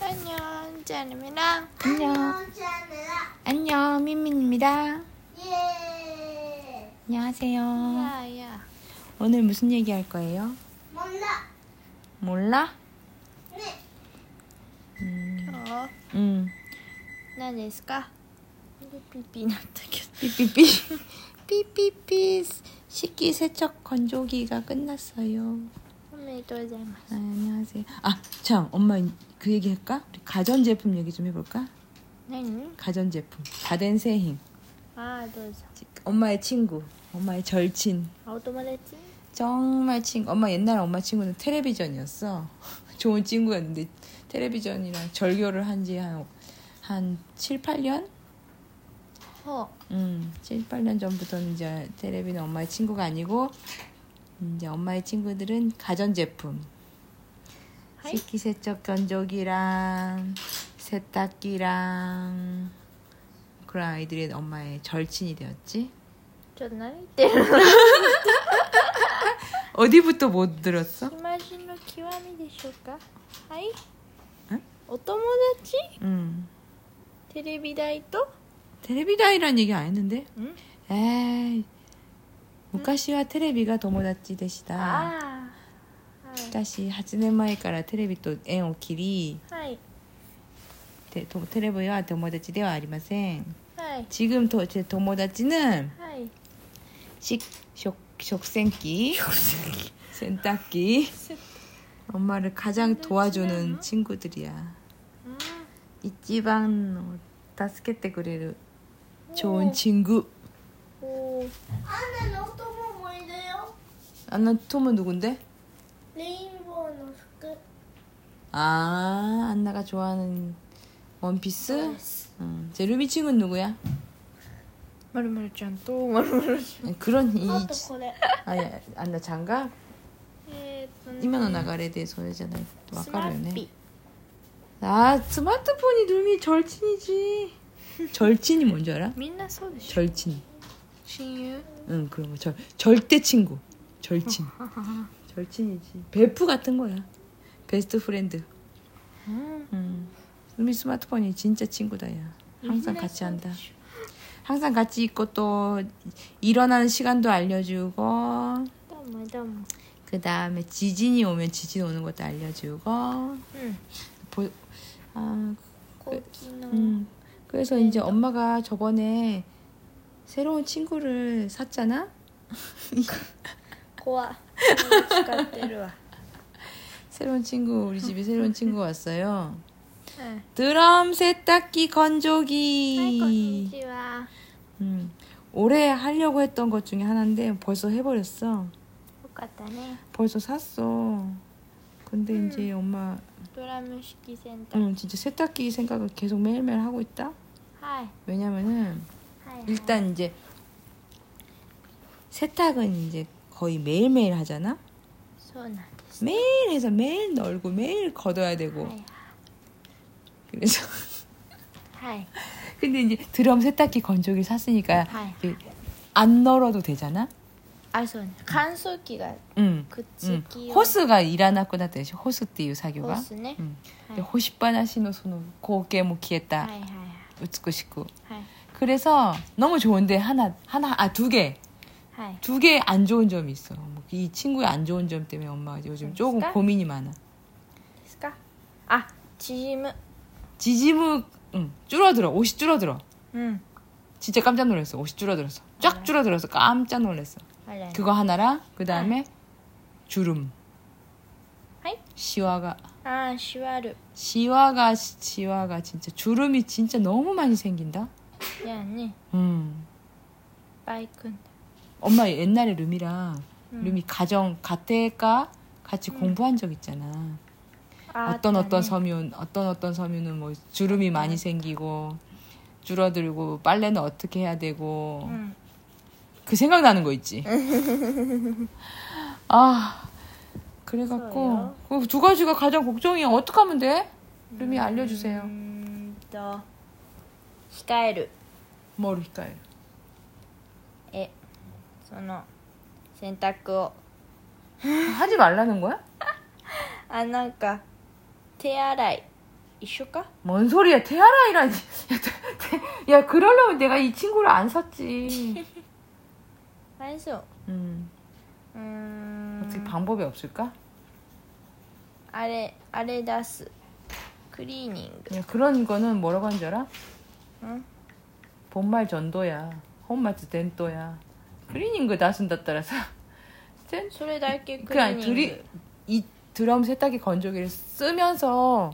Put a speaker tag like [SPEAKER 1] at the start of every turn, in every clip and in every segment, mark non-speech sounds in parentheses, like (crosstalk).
[SPEAKER 1] 안녕, 짠입니다.
[SPEAKER 2] 안녕.
[SPEAKER 3] 안녕하세요.
[SPEAKER 2] 안녕, 민민입니다.
[SPEAKER 3] 예.
[SPEAKER 2] 안녕하세요.
[SPEAKER 1] 야야.
[SPEAKER 2] 오늘 무슨 얘기 할 거예요?
[SPEAKER 3] 몰라.
[SPEAKER 2] 몰라?
[SPEAKER 3] 네.
[SPEAKER 2] 음,
[SPEAKER 1] 어,
[SPEAKER 2] 음.
[SPEAKER 1] 난ですか? 삐삐삐 났다겠어.
[SPEAKER 2] 삐삐삐. (laughs) 삐삐삐. 식기 세척 건조기가 끝났어요.
[SPEAKER 1] 오늘도
[SPEAKER 2] 아, 안녕하세요. 아, 참, 엄마 그 얘기 할까? 우리 가전제품 얘기 좀 해볼까?
[SPEAKER 1] 네.
[SPEAKER 2] 가전제품. 다된 세행.
[SPEAKER 1] 아, 도저.
[SPEAKER 2] 엄마의 친구. 엄마의 절친.
[SPEAKER 1] 아, 오토마레지
[SPEAKER 2] 정말 친구. 엄마 옛날 엄마 친구는 텔레비전이었어. (laughs) 좋은 친구였는데 텔레비전이랑 절교를 한 지 한, 한 7, 8년?
[SPEAKER 1] 어.
[SPEAKER 2] 음, 7, 8년 전부터는 이제 텔레비는 엄마의 친구가 아니고 이제 엄마의 친구들은 가전제품.
[SPEAKER 1] 하이.
[SPEAKER 2] 식기세척 건조기랑 세탁기랑 그런 아이들이 엄마의 절친이 되었지.
[SPEAKER 1] 저 나이 때로.
[SPEAKER 2] 어디부터 못 들었어?
[SPEAKER 1] 이마진노 기완이 되실까? 하이.
[SPEAKER 2] 응?
[SPEAKER 1] 오토마레지
[SPEAKER 2] 음,
[SPEAKER 1] 테레비 다이 또?
[SPEAKER 2] 텔레비전이란 얘기 안 했는데?
[SPEAKER 1] 응?
[SPEAKER 2] 에이,昔はテレビが友達でした。
[SPEAKER 1] 아.
[SPEAKER 2] しかし8年前からテレビと縁を切り、
[SPEAKER 1] 하이.
[SPEAKER 2] テテレビは友達ではありません。
[SPEAKER 1] 하이.
[SPEAKER 2] 지금 도, 제友達는
[SPEAKER 1] 하이.
[SPEAKER 2] 식, 족, 족생기, 세탁기, 엄마를 가장 도와주는 친구들이야.
[SPEAKER 1] 음.
[SPEAKER 2] 이지방 助けてくれる
[SPEAKER 1] 오.
[SPEAKER 2] 좋은 친구.
[SPEAKER 1] 오.
[SPEAKER 3] 아는 어떤 거 보이세요?
[SPEAKER 2] 안나 톰은 누군데?
[SPEAKER 3] 레인보우 노스크.
[SPEAKER 2] 아 안나가 좋아하는 원피스? 응. 제 루미 친구는 누구야?
[SPEAKER 1] 마루마루짠 또 마루마루.
[SPEAKER 2] 그런 이
[SPEAKER 3] 아, 또 그래.
[SPEAKER 2] 아 야, 안나 장가?
[SPEAKER 1] 예.
[SPEAKER 2] 今の流れでそれじゃないわ
[SPEAKER 1] ス
[SPEAKER 2] か
[SPEAKER 1] マ
[SPEAKER 2] るよ
[SPEAKER 1] ッ
[SPEAKER 2] ね
[SPEAKER 1] ピ。
[SPEAKER 2] 아 스마트폰이 루미 절친이지. 절친이 뭔지 알아?
[SPEAKER 1] みんなそうでしょ
[SPEAKER 2] 절친.
[SPEAKER 1] 親友
[SPEAKER 2] 응 그런 거. 절 절대 친구. 절친. 절친이지. 베프 같은 거야. 베스트 프렌드.
[SPEAKER 1] 음.
[SPEAKER 2] 음. 루미 스마트폰이 진짜 친구다 야. 항상 같이 한다. 항상 같이 있고 또 일어나는 시간도 알려주고
[SPEAKER 1] 또 뭐다 뭐.
[SPEAKER 2] 그 다음에 지진이 오면 지진 오는 것도 알려주고
[SPEAKER 1] 응.
[SPEAKER 2] 보, 아,
[SPEAKER 1] 고기는
[SPEAKER 2] 음. 그래서 이제 엄마가 저번에 새로운 친구를 샀잖아
[SPEAKER 1] 고아. 고아 때려와.
[SPEAKER 2] 새로운 친구 우리 집에 새로운 친구 왔어요 드럼 세탁기 건조기
[SPEAKER 1] 아이고지와.
[SPEAKER 2] 음, 올해 하려고 했던 것 중에 하나인데 벌써 해버렸어
[SPEAKER 1] 똑같다네.
[SPEAKER 2] 벌써 샀어 근데
[SPEAKER 1] 음.
[SPEAKER 2] 이제 엄마
[SPEAKER 1] 도라면 식기센터.
[SPEAKER 2] 응, 진짜 세탁기 생각을 계속 매일매일 하고 있다.
[SPEAKER 1] 하이.
[SPEAKER 2] 왜냐면은
[SPEAKER 1] 하이.
[SPEAKER 2] 일단 이제 세탁은 이제 거의 매일매일 하잖아.
[SPEAKER 1] 소나.
[SPEAKER 2] 매일 해서 매일 널고 매일 걷어야 되고.
[SPEAKER 1] 하이.
[SPEAKER 2] 그래서 (laughs)
[SPEAKER 1] 하이.
[SPEAKER 2] 근데 이제 드럼 세탁기 건조기 샀으니까
[SPEAKER 1] 하이.
[SPEAKER 2] 이제 안 널어도 되잖아.
[SPEAKER 1] 아, 소나. 간수기가
[SPEAKER 2] 응. 응.
[SPEAKER 1] 그치기.
[SPEAKER 2] 호스가 일하나고 나때 호스 띠유 사교가.
[SPEAKER 1] 호스네. 네.
[SPEAKER 2] 응.
[SPEAKER 1] 하이.
[SPEAKER 2] 干しっぱなしのその光景も消えた
[SPEAKER 1] 하이. 하이.
[SPEAKER 2] 美しく
[SPEAKER 1] 하이.
[SPEAKER 2] 그래서 너무 좋은데 하나 하나 아 두개
[SPEAKER 1] 하이.
[SPEAKER 2] 두 개 안 좋은 점이 있어. 뭐이 친구의 안 좋은 점 때문에 엄마가 요즘 조금
[SPEAKER 1] 됐을까?
[SPEAKER 2] 고민이 많아.
[SPEAKER 1] ですか? 아, 지짐은
[SPEAKER 2] 지지무, 응, 줄어들어. 옷이 줄어들어.
[SPEAKER 1] 응.
[SPEAKER 2] 진짜 깜짝 놀랐어. 옷이 줄어들었어.
[SPEAKER 1] 네.
[SPEAKER 2] 쫙 줄어들어서 깜짝 놀랐어.
[SPEAKER 1] 알래.
[SPEAKER 2] 그거 하나랑, 그 다음에 주름.
[SPEAKER 1] 네. 하이.
[SPEAKER 2] 시화가,
[SPEAKER 1] 아, 시와루.
[SPEAKER 2] 시화가, 시- 시화가 진짜 주름이 진짜 너무 많이 생긴다.
[SPEAKER 1] 야니.
[SPEAKER 2] 음.
[SPEAKER 1] 바이크.
[SPEAKER 2] 엄마 옛날에 룸이랑,
[SPEAKER 1] 음.
[SPEAKER 2] 룸이 가정, 가태가 같이 공부한 적 있잖아.
[SPEAKER 1] 아,
[SPEAKER 2] 어떤 어떤
[SPEAKER 1] 선
[SPEAKER 2] 섬유 어떤 어떤 섬유는 뭐 주름이
[SPEAKER 1] 네.
[SPEAKER 2] 많이 생기고 줄어들고 빨래는 어떻게 해야 되고
[SPEAKER 1] 응.
[SPEAKER 2] 그 생각나는
[SPEAKER 1] (laughs)
[SPEAKER 2] 거 있지. 아 그래갖고
[SPEAKER 1] 그래서요?
[SPEAKER 2] 그 두 가지가 가장 걱정이야. 어떻게 하면 돼? 루미 알려주세요.
[SPEAKER 1] 음, 또 히카에루
[SPEAKER 2] 뭐를 할까요?
[SPEAKER 1] 에, その選択を
[SPEAKER 2] 하지 말라는 거야?
[SPEAKER 1] あなんか手洗い 이슈까?
[SPEAKER 2] 뭔 소리야 테아라이라니 (laughs) 야, 테- 테- 야 그러려면 내가 이 친구를 안 샀지
[SPEAKER 1] (laughs) 만수.
[SPEAKER 2] 음
[SPEAKER 1] 음.
[SPEAKER 2] 어떻게 방법이 없을까?
[SPEAKER 1] あれあれ出すクリーニング
[SPEAKER 2] 야, 예, 그런 거는 뭐라고 한 줄 알아?
[SPEAKER 1] 응?
[SPEAKER 2] 본말 전도야 홈마트 덴또야 클리닝거 다순다 따라서 덴-
[SPEAKER 1] それだけクリーニン
[SPEAKER 2] 그냥
[SPEAKER 1] グ
[SPEAKER 2] 둘이 이 드럼 세탁기 건조기를 쓰면서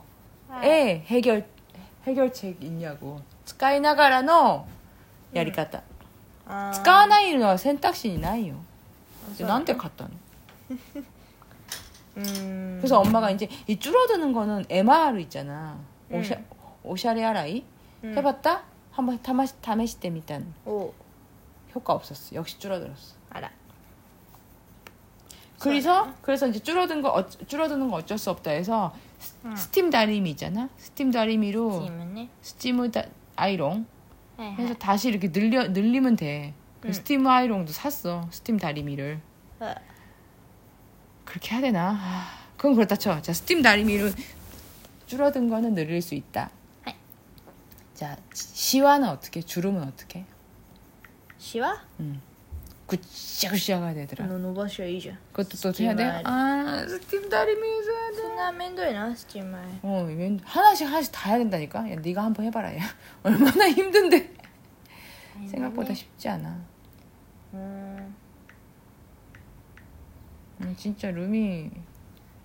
[SPEAKER 1] はい
[SPEAKER 2] 에 해결 해결책 있냐고. 使いながらのやり方。
[SPEAKER 1] あー
[SPEAKER 2] 使わないのは選択肢にないよ。
[SPEAKER 1] そう
[SPEAKER 2] なんで買ったの
[SPEAKER 1] うーん
[SPEAKER 2] 그래서 엄마가 이제 이 줄어드는 거는 MR 있잖아. 오샤
[SPEAKER 1] 음.
[SPEAKER 2] 오샤레 아라이
[SPEAKER 1] 음.
[SPEAKER 2] 해봤다? 한번 타마시 타메시 때 밑단
[SPEAKER 1] おう
[SPEAKER 2] 효과 없었어. 역시 줄어들었어.
[SPEAKER 1] あら
[SPEAKER 2] 그래서 그래서 이제 줄어든 거 어, 줄어드는 거 어쩔 수 없다 해서 스,
[SPEAKER 1] 음.
[SPEAKER 2] 스팀 다리미 있잖아. 스팀 네.
[SPEAKER 1] チ
[SPEAKER 2] 다리미로
[SPEAKER 1] ームね
[SPEAKER 2] 스티무 다, 아이롱
[SPEAKER 1] はいはい
[SPEAKER 2] 해서 다시 이렇게 늘려 늘리면 돼. 그
[SPEAKER 1] 응.
[SPEAKER 2] 스팀 아이롱도 샀어. 스팀 다리미를
[SPEAKER 1] 어.
[SPEAKER 2] 그렇게 해야 되나? 아, 그건 그렇다 쳐. 자, 스팀 다리미로 줄어든 거는 늘릴 수 있다.
[SPEAKER 1] 하이.
[SPEAKER 2] 자, 시와는 어떻게? 주름은 어떻게?
[SPEAKER 1] シワ
[SPEAKER 2] 굿샤굿샤가 되더라.
[SPEAKER 1] の伸ばしはいいじゃん
[SPEAKER 2] 그것도 또 해야
[SPEAKER 1] 스팀
[SPEAKER 2] 돼?
[SPEAKER 1] 아이롱.
[SPEAKER 2] 아, 스팀 다리미 해줘야 돼.
[SPEAKER 1] そんなめんどいなスチームアイ
[SPEAKER 2] 어, 이건 하나씩 하나씩 다 해야 된다니까. 야, 네가 한번 해봐라. 야, (laughs) 얼마나 힘든데. 생각보다 쉽지 않아.
[SPEAKER 1] うーん
[SPEAKER 2] 음, 진짜 루미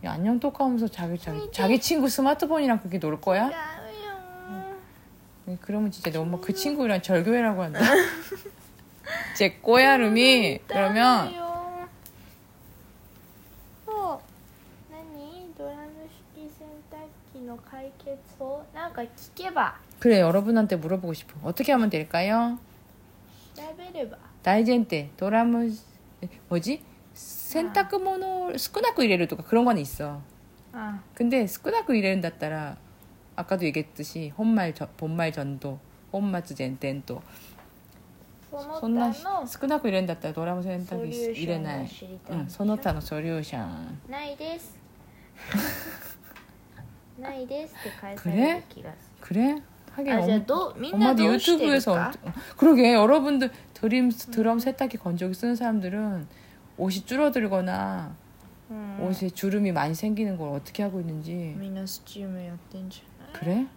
[SPEAKER 2] 야, 안녕 톡하면서 자기 자기 자기 친구 스마트폰이랑 그렇게 놀 거야?
[SPEAKER 1] 違うよー
[SPEAKER 2] 음, 그러면 진짜 너 엄마 그 친구랑 절교회라고 (laughs) 한다. 제 꼬야 루미. 그러면
[SPEAKER 3] そう何ドラム式洗濯機の解決法なんか聞けば
[SPEAKER 2] 그래 여러분한테 물어보고 싶어. 어떻게 하면 될까요?
[SPEAKER 3] 調べれば
[SPEAKER 2] 다이젠테 도라무 뭐지? 센타크모노 스쿠나쿠 이레르とか 그런 건 있어.
[SPEAKER 1] あ
[SPEAKER 2] 근데 스쿠나쿠 이레른다따라 아까도 얘기했듯이 혼말 저, 본말 전도 혼마츠 젠텐도
[SPEAKER 3] その他
[SPEAKER 2] そんな
[SPEAKER 3] の
[SPEAKER 2] スクナク이레른다따라 도라무 센타기
[SPEAKER 1] ソリューションが
[SPEAKER 2] 이레나이
[SPEAKER 1] 知りたい。
[SPEAKER 2] 응, 소노타노 소류션
[SPEAKER 3] ないです
[SPEAKER 2] (laughs)
[SPEAKER 3] ないですって返さ
[SPEAKER 2] く
[SPEAKER 3] れる
[SPEAKER 2] れ
[SPEAKER 3] 気がす
[SPEAKER 2] 그래? 하긴
[SPEAKER 1] ーあじゃあ
[SPEAKER 2] 엄,
[SPEAKER 1] どうみんなど
[SPEAKER 2] 엄마도
[SPEAKER 1] うしてる
[SPEAKER 2] 유튜브에서
[SPEAKER 1] か
[SPEAKER 2] 엄- 그러게 여러분들 드림 드럼 세탁기 건조기 쓰는 사람들은 옷이 줄어들거나
[SPEAKER 1] うん
[SPEAKER 2] 옷에 주름이 많이 생기는 걸 어떻게 하고 있는지
[SPEAKER 1] みんなスチームやってんじゃない
[SPEAKER 2] 그래?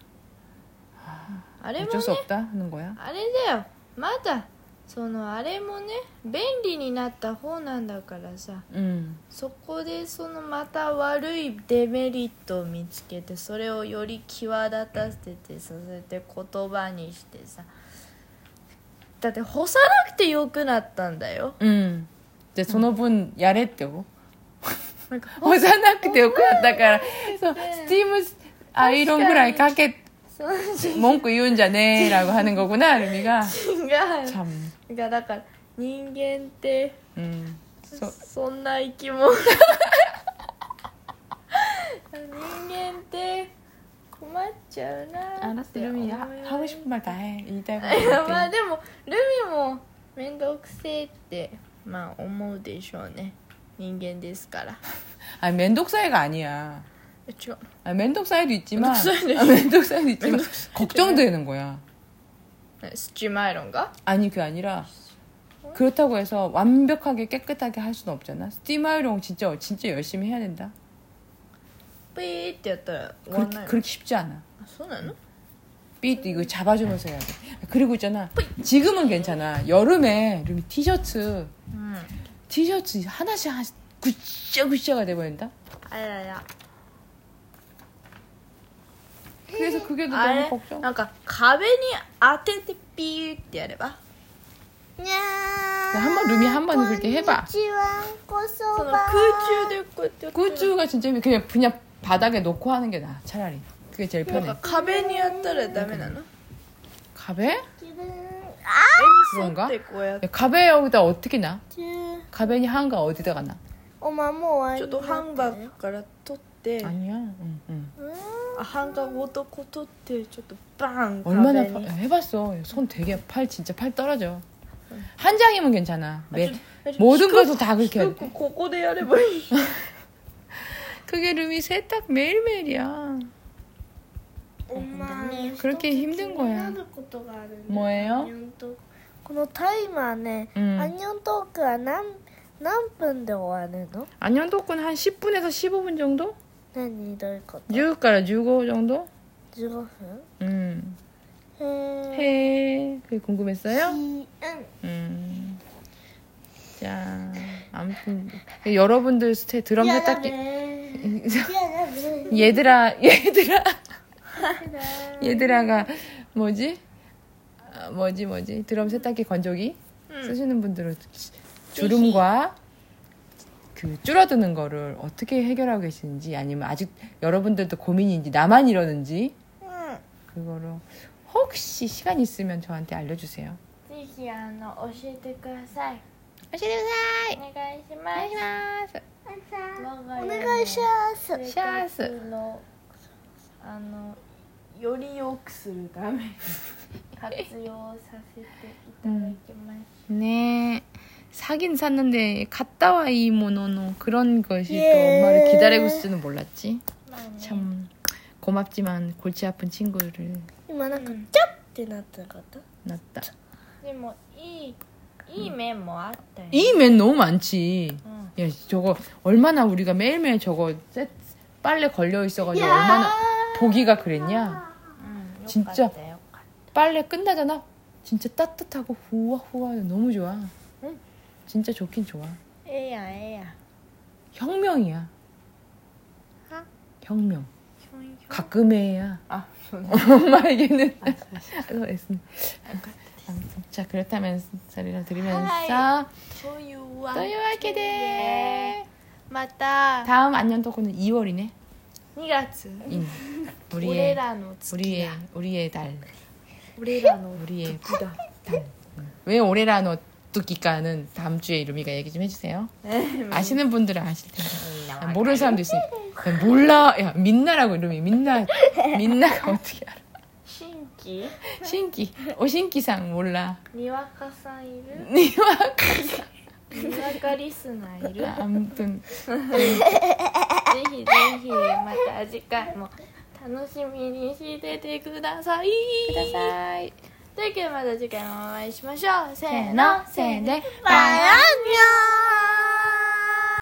[SPEAKER 1] あれも
[SPEAKER 2] 어쩔
[SPEAKER 1] ね
[SPEAKER 2] 수 없다 하는 거야?
[SPEAKER 1] あれだよまだそのあれもね便利になった方なんだからさ
[SPEAKER 2] 응
[SPEAKER 1] そこでそのまた悪いデメリットを見つけてそれをより際立たせてさせて言葉にしてさだって干さなくてよくなったんだよ
[SPEAKER 2] 응. 이제 소노분 야레떼고
[SPEAKER 1] なん
[SPEAKER 2] (laughs)
[SPEAKER 1] か
[SPEAKER 2] 干さなくてよかったから、そう、スチームアイロンぐらいかけ、
[SPEAKER 1] その違
[SPEAKER 2] 文句言うんじゃねえ、ラゴ하는거구나、ルミが。
[SPEAKER 1] うが
[SPEAKER 2] 참
[SPEAKER 1] がだから人間って
[SPEAKER 2] うんそ。
[SPEAKER 1] そうんな生き物人間って困っちゃうな
[SPEAKER 2] あ
[SPEAKER 1] ー
[SPEAKER 2] っ
[SPEAKER 1] って
[SPEAKER 2] ルミ、
[SPEAKER 1] 思
[SPEAKER 2] は
[SPEAKER 1] うよ
[SPEAKER 2] 하고싶은말다해。言いたいこ
[SPEAKER 1] いや
[SPEAKER 2] と
[SPEAKER 1] まあ
[SPEAKER 2] 言って。
[SPEAKER 1] でもルミも面倒くせえってまあ思うでしょうね人間ですから
[SPEAKER 2] あ、めんどくさいが아니야。
[SPEAKER 1] 違う
[SPEAKER 2] 아, 면독사에도 있지만
[SPEAKER 1] 면독사에도
[SPEAKER 2] 아, 면독사에도 있지만 걱정되는 거야.
[SPEAKER 1] スチューマイロンが
[SPEAKER 2] 아니 그게 아니라 그렇다고 해서 완벽하게 깨끗하게 할 수는 없잖아. 스팀 아이롱 진짜 진짜 열심히 해야 된다.
[SPEAKER 1] ピーってやったら終わんな
[SPEAKER 2] 그렇게,
[SPEAKER 1] いの
[SPEAKER 2] 그렇게 쉽지 않아.
[SPEAKER 1] あそうなの
[SPEAKER 2] 삐 이거 잡아주면서 해야 돼. 그리고 있잖아. 지금은 괜찮아. 여름에 루미 티셔츠
[SPEAKER 1] うん
[SPEAKER 2] 티셔츠 하나씩 하나씩 굿샤굿샤가 돼버린다.
[SPEAKER 1] あれやや
[SPEAKER 2] 그래서 그게
[SPEAKER 1] あ
[SPEAKER 2] 너무
[SPEAKER 1] れ
[SPEAKER 2] 걱정.
[SPEAKER 1] なんか壁に当ててピーってやれば
[SPEAKER 3] にゃー
[SPEAKER 2] 한 번 루미 한 번 그렇게 해봐.
[SPEAKER 3] こんにちはこそ
[SPEAKER 1] その
[SPEAKER 3] ば
[SPEAKER 1] 空
[SPEAKER 2] 그
[SPEAKER 1] 中でこうやってやったら
[SPEAKER 2] 굿즈가 진짜 힘이- 그냥 그냥 바닥에 놓고 하는 게 나. 아 차라리 그게 제일
[SPEAKER 1] なん
[SPEAKER 2] 편해.
[SPEAKER 1] か壁にやったらダメなの
[SPEAKER 2] 가베?
[SPEAKER 3] 自分
[SPEAKER 2] 아,
[SPEAKER 1] 絵に沿ってこうやって
[SPEAKER 2] 가베 여기다 어떻게 나?
[SPEAKER 3] 中
[SPEAKER 2] 가베니 한가 어디다가 나?
[SPEAKER 3] おまも終
[SPEAKER 1] ちょっ
[SPEAKER 3] わり
[SPEAKER 1] とハンガーから取って
[SPEAKER 2] 아니야. 응, 응.
[SPEAKER 3] うーん
[SPEAKER 1] あハンガーごとこう取ってちょっとバーン
[SPEAKER 2] 얼마나
[SPEAKER 1] 壁に
[SPEAKER 2] 파- 해봤어. 손 되게 팔 진짜 팔 떨어져. 한 장이면 괜찮아. 매, 모든 것을 다 그렇게 해야 돼.
[SPEAKER 1] ここでやればいい
[SPEAKER 2] 그게 룸이 세탁 매일매일이야. 어,
[SPEAKER 3] 一つ
[SPEAKER 2] 그렇게 힘든
[SPEAKER 3] 気にな
[SPEAKER 2] 거야.
[SPEAKER 3] ることがあるんだ
[SPEAKER 2] 뭐예요?
[SPEAKER 3] このタイマーね、
[SPEAKER 2] 음.
[SPEAKER 3] アニオントークは何何分で終わるの
[SPEAKER 2] 안녕 토크는 한 10분에서 15분 정도?
[SPEAKER 3] 何どういうこと
[SPEAKER 2] 10から15 정도?
[SPEAKER 3] 15分
[SPEAKER 2] 음.
[SPEAKER 3] へー
[SPEAKER 2] 해. 그게 궁금했어요?
[SPEAKER 3] うん
[SPEAKER 2] 음. 자, 아무튼 여러분들 스테 드럼
[SPEAKER 3] 嫌だ
[SPEAKER 2] 세탁기
[SPEAKER 3] ね嫌だ
[SPEAKER 2] (laughs)
[SPEAKER 3] ね
[SPEAKER 2] 얘들아, 얘들아,
[SPEAKER 3] 嫌だ
[SPEAKER 2] 얘들아가 뭐지? 아, 뭐지, 뭐지? 드럼 세탁기 건조기 쓰시는 분들은 주름과 그 줄어드는 거를 어떻게 해결하고 계시는지 아니면 아직 여러분들도 고민인지 나만 이러는지
[SPEAKER 3] うん
[SPEAKER 2] 그거를 혹시 시간 있으면 저한테 알려주세요.
[SPEAKER 3] ぜひあの教えてください
[SPEAKER 2] 안녕하세요.
[SPEAKER 3] お願いします
[SPEAKER 1] お願
[SPEAKER 3] お願
[SPEAKER 1] い
[SPEAKER 3] い
[SPEAKER 1] し
[SPEAKER 3] し
[SPEAKER 1] ます
[SPEAKER 3] ます
[SPEAKER 2] シャース
[SPEAKER 1] のあのより良くするために活用させていただきまし
[SPEAKER 2] 네. 사긴 샀는데 갔다 와 이 모노노 그런 것이 또
[SPEAKER 3] 예.
[SPEAKER 2] 엄마를 기다리고 있을 줄은 몰랐지.
[SPEAKER 1] た、まあね
[SPEAKER 2] 참 고맙지만 골치 아픈 친구를
[SPEAKER 3] 今なん
[SPEAKER 2] 음.
[SPEAKER 3] か「ちょっ!」ってなったこと
[SPEAKER 2] 낳았다.
[SPEAKER 1] でもいいいい面もあったよ、
[SPEAKER 2] 이 맨 너무 많지.
[SPEAKER 1] 응.
[SPEAKER 2] 야 저거 얼마나 우리가 매일매일 저거 세- 빨래 걸려 있어가지고
[SPEAKER 3] 야.
[SPEAKER 2] 얼마나 보기가 그랬냐.
[SPEAKER 1] うん、
[SPEAKER 2] ちんちゃ
[SPEAKER 1] よかったよかっ
[SPEAKER 2] 빨래 끝나잖아. 진짜 따뜻하고 후와후와 너무 좋아. 응? 진짜 좋긴 좋아.
[SPEAKER 1] たええやんええやん
[SPEAKER 2] 혁명이야.
[SPEAKER 3] 어?
[SPEAKER 2] 혁명.
[SPEAKER 1] ひょんひょん
[SPEAKER 2] 가끔해야.
[SPEAKER 1] 아, 저는
[SPEAKER 2] (laughs)
[SPEAKER 1] 아,
[SPEAKER 2] 엄마에게는. 알겠습니다. 아무튼 자 그렇다면 자리를 드리면서
[SPEAKER 1] そういうわ
[SPEAKER 2] 또요하게 돼.
[SPEAKER 1] また
[SPEAKER 2] 다음 안녕 토크는 2월이네.
[SPEAKER 1] 2月
[SPEAKER 2] 우리의
[SPEAKER 1] 俺らの月
[SPEAKER 2] 우리의
[SPEAKER 1] だ
[SPEAKER 2] 우리의 달.
[SPEAKER 1] 俺らの
[SPEAKER 2] 우리의
[SPEAKER 1] だ
[SPEAKER 2] 달. 응. 예, 음. 왜 올해라노 뚜끼까는 다음 주에 이루미가 얘기 좀 해주세요. 아시는 분들은 아실 텐데. 아, 모르는 사람도 있으니까. 야, 몰라. 야, 민나라고 이름이. 민나. 민나가 어떻게 알아.
[SPEAKER 1] 新規
[SPEAKER 2] 신기. 오신기상 몰라. (laughs)
[SPEAKER 1] にわかさんいる
[SPEAKER 2] 니와
[SPEAKER 1] にわかリスナーいる
[SPEAKER 2] 아무튼
[SPEAKER 1] ぜひぜひまた次回も楽しみにしててくださいくださいというわけでまた次回もお会いしましょうせーのせーの
[SPEAKER 2] 세네.
[SPEAKER 3] バランニョー